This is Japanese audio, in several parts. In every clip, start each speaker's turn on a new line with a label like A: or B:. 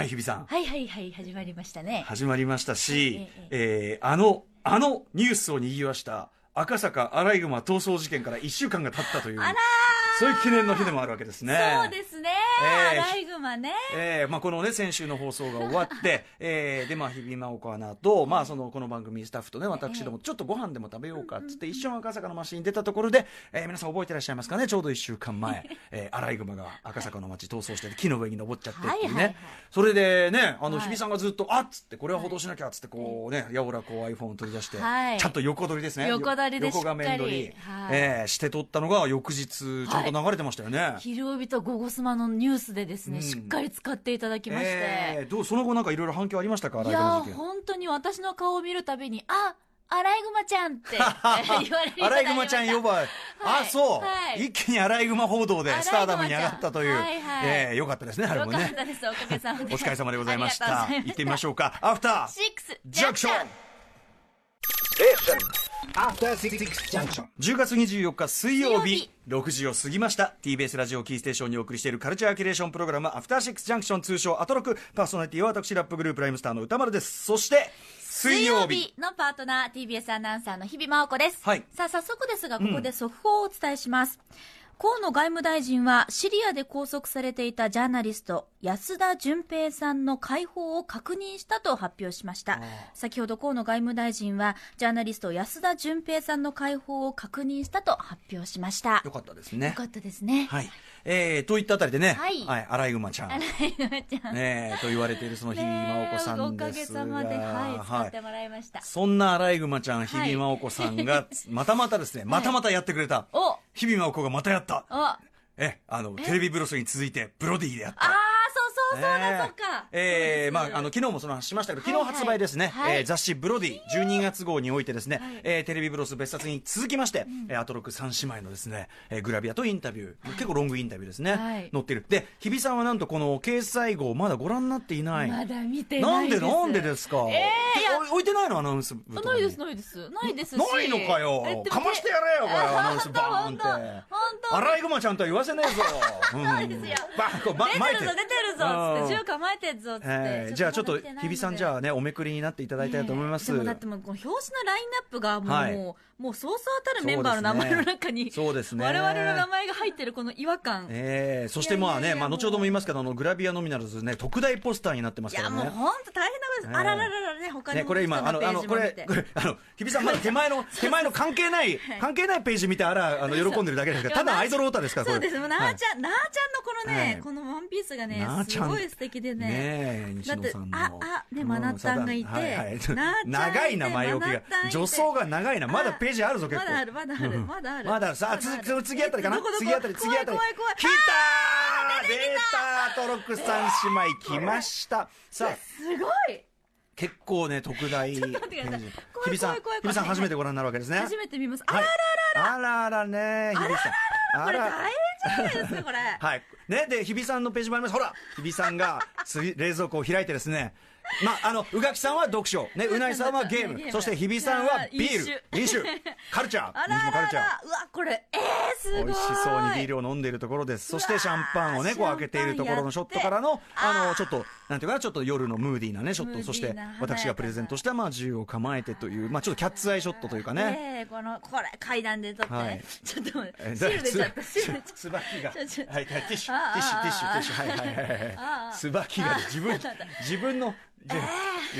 A: はい、日比さん。
B: はいはいはい、始まりましたね。
A: 始まりましたし、
B: え
A: えーあの、あのニュースを賑わした赤坂アライグマ逃走事件から1週間が経ったという、
B: あらー
A: そういう記念の日でもあるわけですね。
B: そうですね、
A: ええ
B: アライグマね。
A: えーまあ、このね、先週の放送が終わ って、えーで、まあ、日々真央子アナと、まあ、その、この番組スタッフとね、私ども、ちょっとご飯でも食べようか、つって、一緒に赤坂の街に出たところで、えー皆さん覚えてらっしゃいますかね、ちょうど1週間前、えーアライグマが赤坂の街逃走してて木の上に登っちゃってっていう
B: はいはいはい
A: ね。それでね、あの、
B: はい
A: 日比さんがずっと、あっつって、これは報道しなきゃ、つって、こうね、やおらこう iPhone を取り出して、
B: はい
A: ちゃんと横取りですね。
B: 横取りでしっか
A: 横
B: り
A: 画面取り、
B: はい
A: えーして撮ったのが翌日、ちゃんと流れてましたよね。
B: 昼帯と午後スマのニュースでです
A: う
B: ね、
A: ん
B: しっかり使っていただきまして。
A: えーどうその後なんかいろいろ反響ありましたか、
B: い
A: ライブ
B: や
A: の
B: ー、
A: 事件。
B: 本当に私の顔を見るたびに、あアライグマちゃんっ て言 われるようになりました
A: アライグマちゃん呼ばわり、
B: はい
A: あそう、
B: はい
A: 一気にアライグマ報道で
B: アライグマちゃ
A: ス
B: ん
A: ターダムに上がったという、
B: はいはい
A: えーよかったですね、あれ
B: よ
A: も
B: かっ
A: ね。
B: たです、おかげさま
A: お
B: で。
A: 疲れ様でございました。
B: ありがとうござ
A: 行
B: いま
A: っ
B: して
A: みましょうか。アフタ
B: た。
A: ー
B: シックス
A: ジャンクション
C: After Six Junction.
A: 10月24日水曜日
B: 水
A: 6時を過ぎました TBS ラジオキーステーションにお送りしているカルチャーキュレーションプログラム「アフターシックスジャンクション」通称アトロクパーソナリティは私ラップグループライムスターの歌丸ですそして水
B: 水
A: 曜
B: 曜
A: 日
B: 日のパートナー TBS アナウンサーの日々真央子です、
A: はい
B: さあ早速ですがここで速報をお伝えします、河野外務大臣はシリアで拘束されていたジャーナリスト安田純平さんの解放を確認したと発表しました先ほど河野外務大臣はジャーナリスト安田純平さんの解放を確認したと発表しました
A: よかったですね
B: よかったですね
A: はいえー、といったあたりでね、
B: はい
A: アライグマちゃんねえと言われているその日比真央子さん
B: おか
A: で
B: げ
A: すが、
B: さまで、はい、使
A: は
B: って
A: い
B: もらいました、
A: そんなアライグマちゃん日
B: はい
A: 比真央子さんが、またまたですねまたまたやってくれた、
B: お
A: 日比真央子がまたやった
B: おあ
A: えあのテレビブロスに続いてブロディでやった
B: あーそうそうそうだ、そっか
A: ええ
B: そう
A: ま
B: です
A: あ、あの昨日もその話しましたけど
B: はい
A: 昨
B: はい
A: 日発売ですね、
B: はい
A: えー雑誌「ブロディ」12月号においてですね、
B: い
A: えーテレビブロス別冊に続きまして、えーアトロック3姉妹のですね、えーグラビアとインタビュー、結構ロングインタビューですね、
B: はい
A: 載ってるで日比さんはなんとこの掲載号まだご覧になっていない、
B: まだ見て
A: な
B: なんい
A: で
B: です。
A: なんでですか、
B: ええいや
A: えお置いてないのアナウンス部とか
B: ない
A: に
B: です、ないです。ないですし。
A: ないのか
B: え
A: よ
B: でも
A: かましてやれよこれアナウンスバーンって
B: 本当本当
A: アライグマちゃんとは言わせねえぞ
B: そうですよ
A: うんバーンこうま
B: 出
A: 巻い
B: てるぞ、出てる
A: う
B: ぞつ
A: ん
B: って、銃構えてるぞつっ
A: え
B: て。
A: ーじゃあちょっと
B: まだ見てないの
A: 日
B: で
A: 比さんじゃあねおめくりになっていただいたいと思います、
B: ええでもだってもう、この表紙のラインナップがもう、
A: はい
B: もう、もうそうそうたるメンバーの名前の中に、
A: そうですね
B: 我々の名前が入ってるこの違和感。
A: えーそしてまあ
B: いや
A: ね、
B: いやいや
A: まあ、
B: もう
A: 後ほども言いますけどあのグラビアのみならずね特大ポスターになってます
B: い
A: か
B: や、
A: ら
B: もう
A: ね。
B: 本当大変なことです。あらららららね、他に
A: ね、
B: も
A: これ今
B: 人
A: あのあの
B: ページ
A: こ
B: も見
A: れ
B: て
A: これあの日比さんまだ手前 の手前の関係ない関係ないページ見てあらあの喜んでるだけですからただアイドルオーターですからこ
B: そ
A: れ
B: うです。もうな
A: は
B: あ
A: い
B: ちゃん、なあちゃんのこの
A: は
B: ね
A: い、
B: このワンピースがね
A: なあ、ち
B: す
A: ゃん
B: ごい素敵で
A: ねえ西野さんの
B: だってああね
A: うん
B: マナッタンがいて
A: サダンはい
B: なあちゃ
A: 長
B: んいて
A: いな前置き
B: マナ
A: が
B: ッタンいて
A: 女装が長いなまだページあるぞ結構
B: まだある、まだある、
A: うん
B: まだある。
A: まださあ
B: ま
A: 続
B: る
A: き次あたりかな
B: どこどこ
A: 次あたり次あたり
B: 怖い怖い
A: 来
B: 怖い。
A: たー出たートロック三姉妹来ましたさあ
B: すごい
A: 結構ね特大ペ
B: 待ってく
A: ー
B: ださ
A: ジ
B: い
A: 日比さん
B: 怖い怖い怖い
A: 日比さん初めてご覧になるわけですね
B: 初めて見ます。あ
A: はい
B: ら、
A: あらあらね日比さん
B: これ大変じゃないですか、これ。
A: はい。ね、で、日比さんのページもあります。ほら、日比さんが、す冷蔵庫を開いてですね、まあ、あの、宇垣さんは読書、 ね、うなぎさんはゲー
B: ゲー
A: ム、
B: ム
A: そして日比さんはビ
B: い
A: ー
B: や
A: ル、飲酒、カルチャー、
B: あら
A: 西
B: あ
A: もカ
B: ら
A: ル
B: あ
A: チャー。
B: ら、うわ、これ、えー、すごい。
A: 美味しそうにビールを飲んでいるところです。そしてシャンパンをね、こう
B: シャンパン
A: 開けているところのショットから
B: やっ
A: の
B: て、
A: あ
B: あ
A: の、
B: ー
A: ちょっと、なんていうかな、ちょっと夜のムーディーなね、ショッ
B: ムーデ
A: ト、そ
B: ィーな
A: して
B: 華やかな
A: 私がプレゼントした、まあ、銃を構えてという、まあ、ちょっとキャッツアイショットというかね。
B: ええこの、これ、階段で撮って
A: はい
B: ね。ちょっと待って、
A: え
B: シール出ちゃった、
A: つ
B: シール出ちゃっ
A: つばきが。はい、
B: ちょちょ
A: はいティッシュ、
B: あ
A: ティッシュ、
B: あ
A: ティッシュ、
B: あ
A: ティッシュ、はい、はい、はいはい
B: あ
A: はい。
B: あ
A: つばきがね、自分、自分の、じ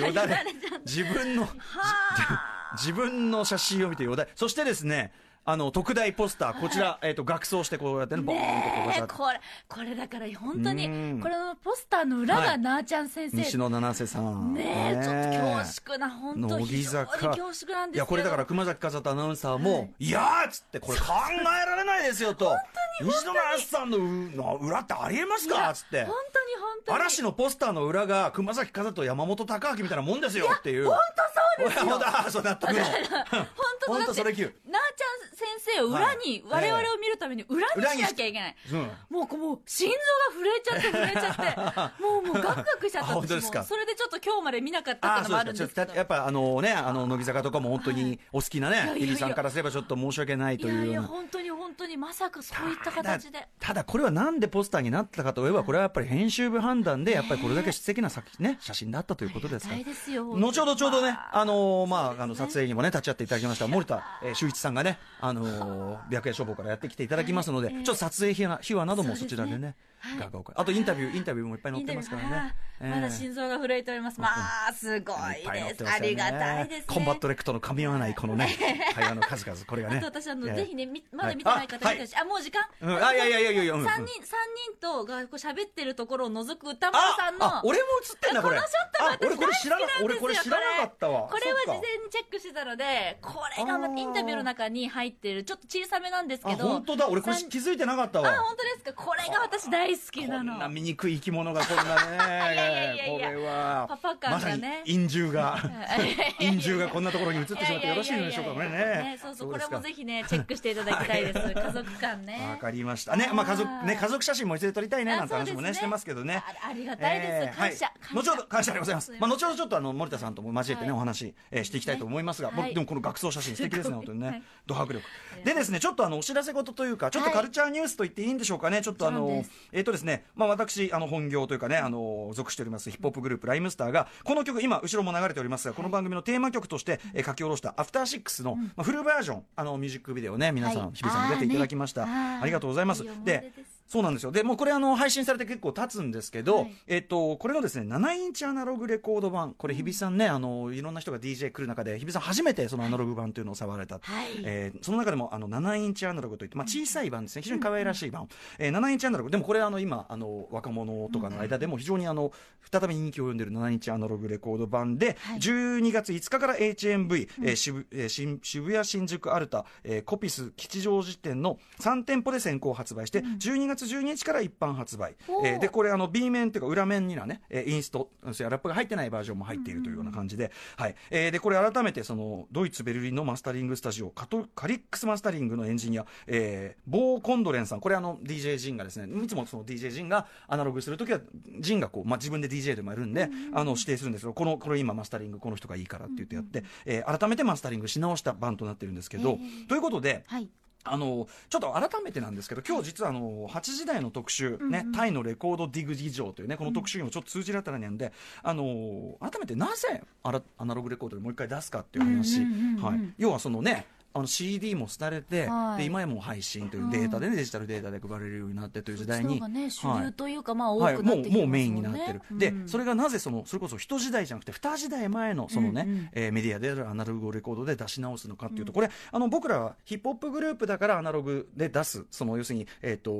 A: ゃよだれ
B: よだれちゃった、
A: 自分の、
B: た。は
A: 自分の写真を見てよだれ、そしてですね、あの、特大ポスター、こちら、えっと、額装してこうやってね、ボーンとこう飾
B: え
A: っ
B: え
A: て。
B: これ、これだから本当に
A: うん、
B: これのポスターの裏
A: は
B: が
A: い
B: なあちゃん先生。
A: 西野七瀬さん。
B: ねえ、ちょっと恐
A: ね
B: 縮な、本当
A: 乃
B: に。
A: 木
B: 非常に
A: 坂
B: 恐縮なんですけど。
A: いやこれだから熊崎風とアナウンサーも、い、やーっつってこれ考えられないですよと西野七瀬さんのうの裏ってありえます
B: い
A: か
B: や
A: っつって
B: 本当に本当に。
A: 嵐のポスターの裏が熊崎風と山本貴明みたいなもんですよっていう
B: 本当そうですよ。
A: ほらそうなってくの
B: 本
A: ほん
B: 当
A: と
B: だ
A: そ
B: って
A: れ級
B: なあちゃん先生を裏に、
A: はい
B: 我々を見るために裏にしなきゃいけない。
A: うん
B: もうこう、もう心臓が震えちゃって震えちゃ って、もうもうガクガクしちゃっ
A: あ
B: た
A: 本当ですか
B: 私もそれでちょっと今日まで見なかったっ
A: ああ
B: ての
A: そ
B: もあ
A: う
B: るん
A: です
B: で
A: かち
B: す
A: ょ
B: け
A: っ
B: ど
A: と。やっぱあのねあの乃木坂とかも本当にお好きなね
B: いやいやいや
A: 日比さんからすればちょっと申し訳ないと
B: いや
A: いう
B: い
A: よ
B: や、
A: うな
B: 本当に本当にまさかそういった形で。
A: ただこれはなんでポスターになったかといえば、これはやっぱり編集部判断で、やっぱりこれだけ質的な作品、ね、写真だったということですから
B: ありがたい。ですよ。
A: 後ほどちょうどね、あのーまあ、あの、
B: そうですね
A: 撮影にもね、立ち会っていただきました、森田、えー修一さんがね、あのー、白夜消防からやってきていただきますので、
B: はい
A: ちょ
B: ええ
A: っと撮影秘話秘話なども
B: そ
A: そうち
B: ですね
A: らでね、
B: はい
A: 伺おうかあとインタビュー、インタビューもいっぱい載ってますからね。
B: インタビューまだまだ
A: ええ
B: 心臓が震えております。まあ、すごい
A: いっぱい載っ
B: で
A: て
B: す。
A: ます
B: あ
A: よね
B: りがたいですね。
A: コンバットレクトの噛み合わないこのね、会話の数々、これが
B: あ
A: ね。
B: と私あの、
A: ええ
B: ぜひねみまだ見てない方
A: はい
B: 見てほしい、あもう時間、
A: うんあいやいやいやいやいやうん
B: 三人三人とがこう喋ってるところを覗く歌丸
A: あ
B: さんの
A: あ、俺も映ってんだ、これ。
B: このショット
A: あ俺これ知らな、俺これ知らなかったわ。
B: これは事
A: そっ
B: 前
A: か
B: にチェックしてたのでこれがま
A: あ
B: た
A: ー
B: インタビューの中に入ってるちょっと小さめなんですけ
A: あ、
B: ど
A: 本当だ、俺これ
B: 三
A: 気づいてなかったわ。
B: あ本当ですかこれが私大好きな
A: こんな
B: の
A: 醜い生き物がこんなね
B: やいやいやいや
A: これは
B: パパ感がね
A: まさに陰獣が 陰獣がこんなところに移ってしまってよろしいのでしょうかこれ
B: いやいやいやいや
A: ね
B: ねそうそ
A: ど
B: うこ
A: で
B: れ
A: すか
B: もぜひねチェックしていただきたいです家族感ね
A: わかりましたねまあ家族ね家族写真も一緒で撮りたいねなんて話もね
B: あそうですね
A: してますけどね
B: あありがたいです
A: えーはい
B: 感謝感
A: 後
B: 謝
A: ほど感謝でございます
B: すい
A: ま
B: ま
A: あ後
B: せん
A: ほどちょっとあの森田さんとも交えてね
B: はい
A: お話えーしていきたいと思いますが
B: はい
A: 僕でもこの学装写真素敵ですね本当に
B: は
A: ね
B: い
A: ド迫力
B: りがとうございます
A: でですねちょっとあのお知らせ事というかちょっとカルチャーニュースと言っていいんでしょうかねちょっとあ
B: もちろん
A: の
B: です
A: えっとですねまあ私あの本業というかねあの属しておりますヒップホップグループライムスターがこの曲今後ろも流れておりますがこの番組のテーマ曲としてえー書き下ろしたアフターシックスのまあフルバージョンあのミュージックビデオね皆さ
B: は
A: ん
B: い
A: 日比さんに出ていただきまし
B: あ
A: た
B: ーねあー
A: ありがとうございます
B: いい思い出
A: で
B: です
A: そうなんですよ。で、もうこれあの、配信されて結構経つんですけど、
B: はい
A: えっと、これのですね、7インチアナログレコード版、これ日比さんね、あの、いろんな人が DJ 来る中で、日比さん初めてそのアナログ版というのを触られた。
B: はい
A: えーその中でもあの、7インチアナログといって、まあ、小さい版ですね、非常に可愛らしい版。えー7インチアナログ、でもこれあの、今、あの、若者とかの間でも非常にあの、再び人気を呼んでる7インチアナログレコード版で、12月5日から HMV、えー渋えー新渋谷新宿アルタ、えーコピス吉祥寺店の3店舗で先行発売して、12月12日から一般発売、
B: おー
A: えーでこれあの B 面というか裏面にはね、えーインストそれラップが入ってないバージョンも入っているというような感じで,、はいえーでこれ改めてそのドイツ・ベルリンのマスタリングスタジオカトカリックスマスタリングのエンジニア、えーボー・コンドレンさんこれあの DJ ジンがですねいつもその DJ ジンがアナログするときはジンがこう、まあ、自分で DJ でもやるんで、あの指定するんですけどこのこれ今マスタリングこの人がいいからって言ってやって、えー改めてマスタリングし直した版となってるんですけど、
B: えー
A: ということで、
B: はい
A: あのちょっと改めてなんですけど今日実はあの8時台の特集、ねタイのレコードディグ事情というねこの特集にもちょっと通じられたらなんで、あの改めてなぜアラアナログレコードでもう一回出すかっていう話、
B: うんうんうんうん
A: はい、要はそのねあの CD も廃れて、
B: はい
A: で今やもう配信というデータでね、デジタルデータで配れるようになってという時代
B: そっ
A: に、
B: ちの方がね主
A: は
B: 流
A: い
B: というか、まあ多
A: はい、
B: くな
A: も
B: って
A: う
B: き
A: も
B: てますもんね、
A: うメインになってる、でそ
B: れ
A: れがなぜそのそれこそ一時代じゃなくて二時代前のそのね、
B: うんうん
A: えーメディアであるアナログをレコードで出し直すのかっていうと、これあの僕らはヒップホップグループだからアナログで出すその要するに、えー、と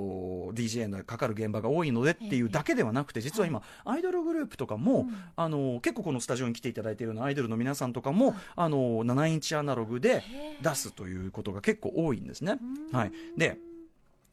A: DJ のかかる現場が多いのでっていうだけではなくて実は今、アイドルグループとかも、あの結構このスタジオに来ていただいているようなアイドルの皆さんとかも、あの7インチアナログで出すということが結構多いんですね。はい、で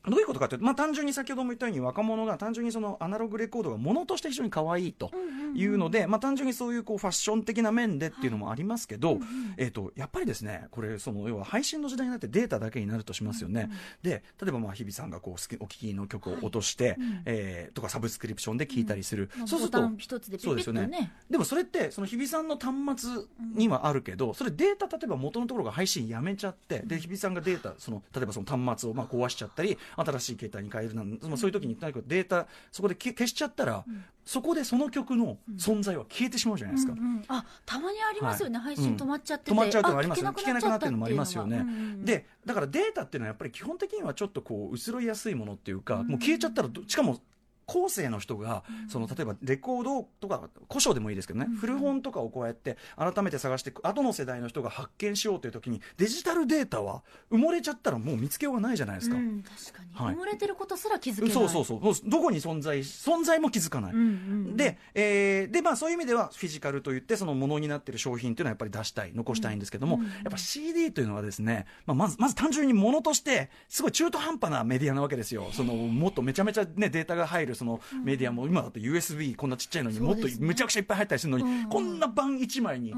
A: どういうことかというと、まあ、単純に先ほども言ったように若者が単純にそのアナログレコードがものとして非常に可愛いというので、まあ、単純にそういうこうファッション的な面でっていうのもありますけど、えっとやっぱりですねこれその要は配信の時代になってデータだけになるとしますよね、で例えばまあ日比さんがこう好きお聴きの曲を落として、えーとかサブスクリプションで聴いたりする、そうすると
B: ボタン一つでピピ
A: そう
B: ッ
A: で
B: と
A: すよねでもそれってその日比さんの端末にはあるけど、それデータ例えば元のところが配信やめちゃって、で日比さんがデータその例えばその端末をまあ壊しちゃったり新しい携帯に変えるなんまあそういう時に何かデータそこで消消しちゃったら、そこでその曲の存在は消えてしまうじゃないですか。
B: うんうんあたまにありますよね、
A: はい
B: 配信止まっちゃってて、
A: 止まっちゃうというのがありますよね聞
B: 聞
A: け
B: け
A: な
B: な
A: く
B: く
A: な
B: な
A: っ
B: ってて
A: る
B: る
A: のもありますよね、
B: うんうん
A: でだからデータっていうのはやっぱり基本的にはちょっとこう薄ろいやすいものっていうか、もう消えちゃったらどしかも後世の人が、その例えばレコードとか古書でもいいですけどね、古本とかをこうやって改めて探して後の世代の人が発見しようという時にデジタルデータは埋もれちゃったらもう見つけようがないじゃないですか、
B: うん確かに、
A: はい
B: 埋もれてることすら気づけない
A: そうそう
B: う
A: そうもうどこに存在し存在も気づかない、
B: んうんうん、
A: で、えーで、まあそういう意味ではフィジカルといって、そのものになってる商品っていうのはやっぱり出したい、残したいんですけども、やっぱ CD というのはですね、まあまず、まず単純にものとして、すごい中途半端なメディアなわけですよ。その、もっとめちゃめちゃね、データが入るそのメディアも、今だと USB こんなちっちゃいのに、もっとめちゃくちゃいっぱい入ったりするのに、こんな版1枚に、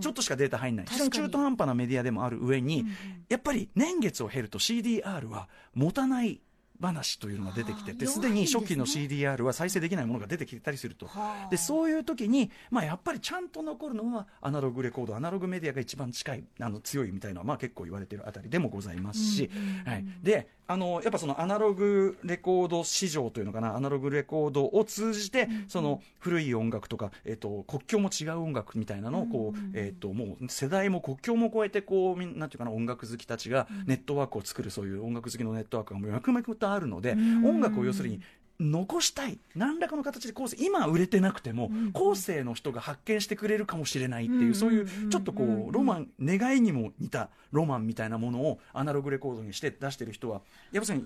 A: ちょっとしかデータ入んない。
B: 確かに
A: 中途半端なメディアでもある上に、やっぱり年月を経ると CDR は持たない話というのが出てきてて、
B: あー
A: すでに初期の
B: 弱いんですね
A: CDR は再生できないものが出てきたりすると
B: はあ。
A: で、そういう時に、まあやっぱりちゃんと残るのはアナログレコード、アナログメディアが一番近い、あの強いみたいなのはまあ結構言われてるあたりでもございますし、はい。で、あのやっぱそのアナログレコード市場というのかなアナログレコードを通じて、その古い音楽とか、えっと国境も違う音楽みたいなのをこう、えっともう世代も国境も超えてこうみんなんていうかな音楽好きたちがネットワークを作る、そういう音楽好きのネットワークが脈々とあるので、音楽を要するに残したい何らかの形で後世今は売れてなくても、後世の人が発見してくれるかもしれないっていう、そういうちょっとこう,、ロマン願いにも似たロマンみたいなものをアナログレコードにして出してる人はやっぱり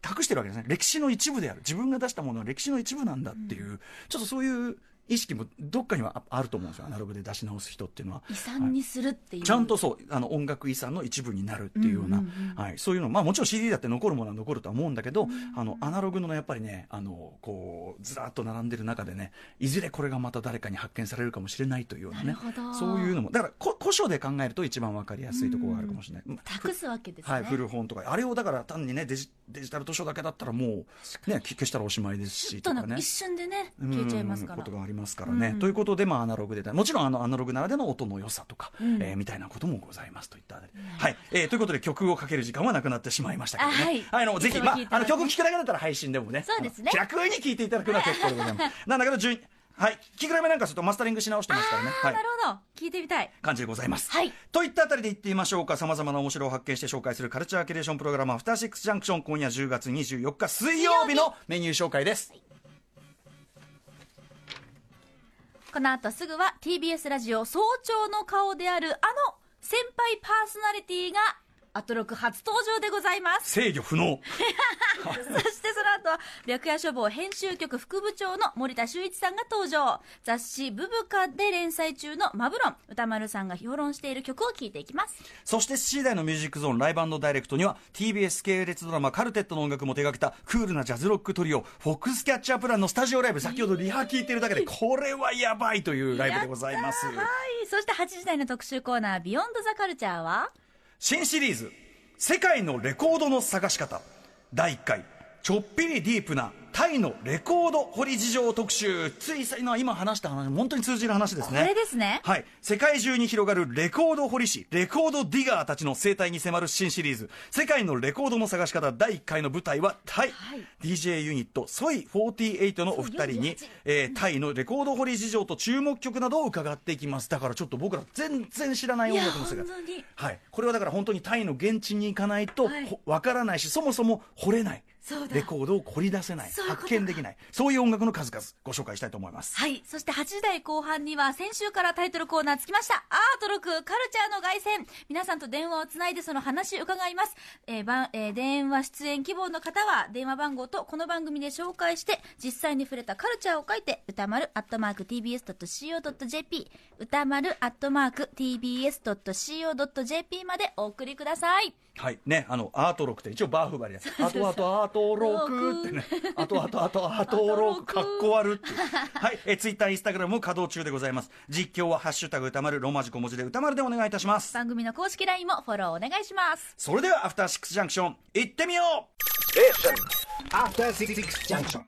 A: 託してるわけですね歴史の一部である自分が出したものは歴史の一部なんだっていう、ちょっとそういう意識もどっかにはああると思うんですよアナログで出し直す人っていうのは。
B: 遺産にするっていう、
A: ちゃんとそうあの音楽遺産の一部になるっていうような、
B: うんうんうん
A: はい、そういうの、まあ、もちろん CD だって残るものは残るとは思うんだけど、あのアナログのねやっぱりねあのこうずらっと並んでる中でねいずれこれがまた誰かに発見されるかもしれないというような
B: な
A: ね
B: るほど
A: そういうのもだからこ古書で考えると一番わかりやすいところがあるかもしれない。
B: 託すわけですね、
A: はい、古本とかあれをだから単にねデジデジタル図書だけだったらもう、ね、消したらおしまいです
B: ちょっ
A: し
B: と
A: と
B: な
A: か
B: んか
A: ね
B: 一。瞬でね消えちゃいますから、
A: うんことがありますからね。
B: うん
A: ということで、まあ、アナログでもちろんあのアナログならでの音の良さとか、
B: うん
A: えーみたいなこともございますといったあたり、はいえーということで曲をかける時間はなくなってしまいましたけどね、
B: あはい
A: あのぜひ、
B: いつも
A: まあ
B: 聞いてますね
A: あの曲聴くだけだったら配信でもね
B: そうですね
A: あの気楽に聴いていただくのは結構でございます。なんだけど順はい、聴き比べなんかするとマスタリングし直してますからね。
B: あ
A: はい
B: ーなるほど聞いてみたい
A: 感じでございます。
B: はい
A: といったあたりで言ってみましょうか。様々な面白を発見して紹介するカルチャーキュレーションプログラム、アフターシックスジャンクション、今夜10月24日水曜日のメニュー紹介です。
B: この後すぐは TBS ラジオ早朝の顔であるあの先輩パーソナリティがアトロク初登場でございます。
A: 制御不能。
B: そしてその後は、白夜書房編集局副部長の森田修一さんが登場。雑誌ブブカで連載中のマブロン、歌丸さんが評論している曲を聴いていきます。
A: そして7時台のミュージックゾーンライブダイレクトには TBS 系列ドラマカルテットの音楽も手掛けたクールなジャズロックトリオフォックスキャッチャープランのスタジオライブ先ほどリハ聞いてるだけでこれはやばいというライブでございます
B: はい。そして8時台の特集コーナー、ビヨンドザカルチャーは
A: 新シリーズ「世界のレコードの探し方」第1回ちょっぴりディープなタイのレコード掘り事情特集ついさ今今話した話本当に通じる話です
B: こ
A: ね
B: れですね。
A: はい、世界中に広がるレコード掘り師レコードディガーたちの生態に迫る新シリーズ「世界のレコードの探し方」第1回の舞台はタイ、
B: はい
A: DJ ユニットソイ48のお二人に
B: ソイ48、
A: えータイのレコード掘り事情と注目曲などを伺っていきますだからちょっと僕ら全然知らない
B: い
A: 音
B: や、
A: 楽の
B: 本
A: 世界
B: 当に。
A: はい、これはだから本当にタイの現地に行かないと
B: はい
A: ほわからないし、そもそも掘れない
B: そうだ
A: レコードを掘り出せない
B: そういうこと
A: 発見できないそういう音楽の数々ご紹介したいと思います
B: はい。そして8時台後半には、先週からタイトルコーナーつきました。アート6カルチャーの凱旋。皆さんと電話をつないでその話伺います。えー番えー電話出演希望の方は、電話番号とこの番組で紹介して、実際に触れたカルチャーを書いて、歌丸、アットマーク tbs.co.jp、歌丸、アットマーク tbs.co.jp までお送りください。
A: はい。ね、あの、アートロックって一応バーフバリで、あとあとアートロックってね、あとあとあとアートロック、かっこ悪っていう。はい。え、ツイッター、インスタグラムも稼働中でございます。実況はハッシュタグ歌丸、ローマ字小文字で歌丸でお願いいたします。
B: 番組の公式 LINE もフォローお願いします。
A: それでは、アフターシックスジャンクション、行ってみよう
C: After Six Junction.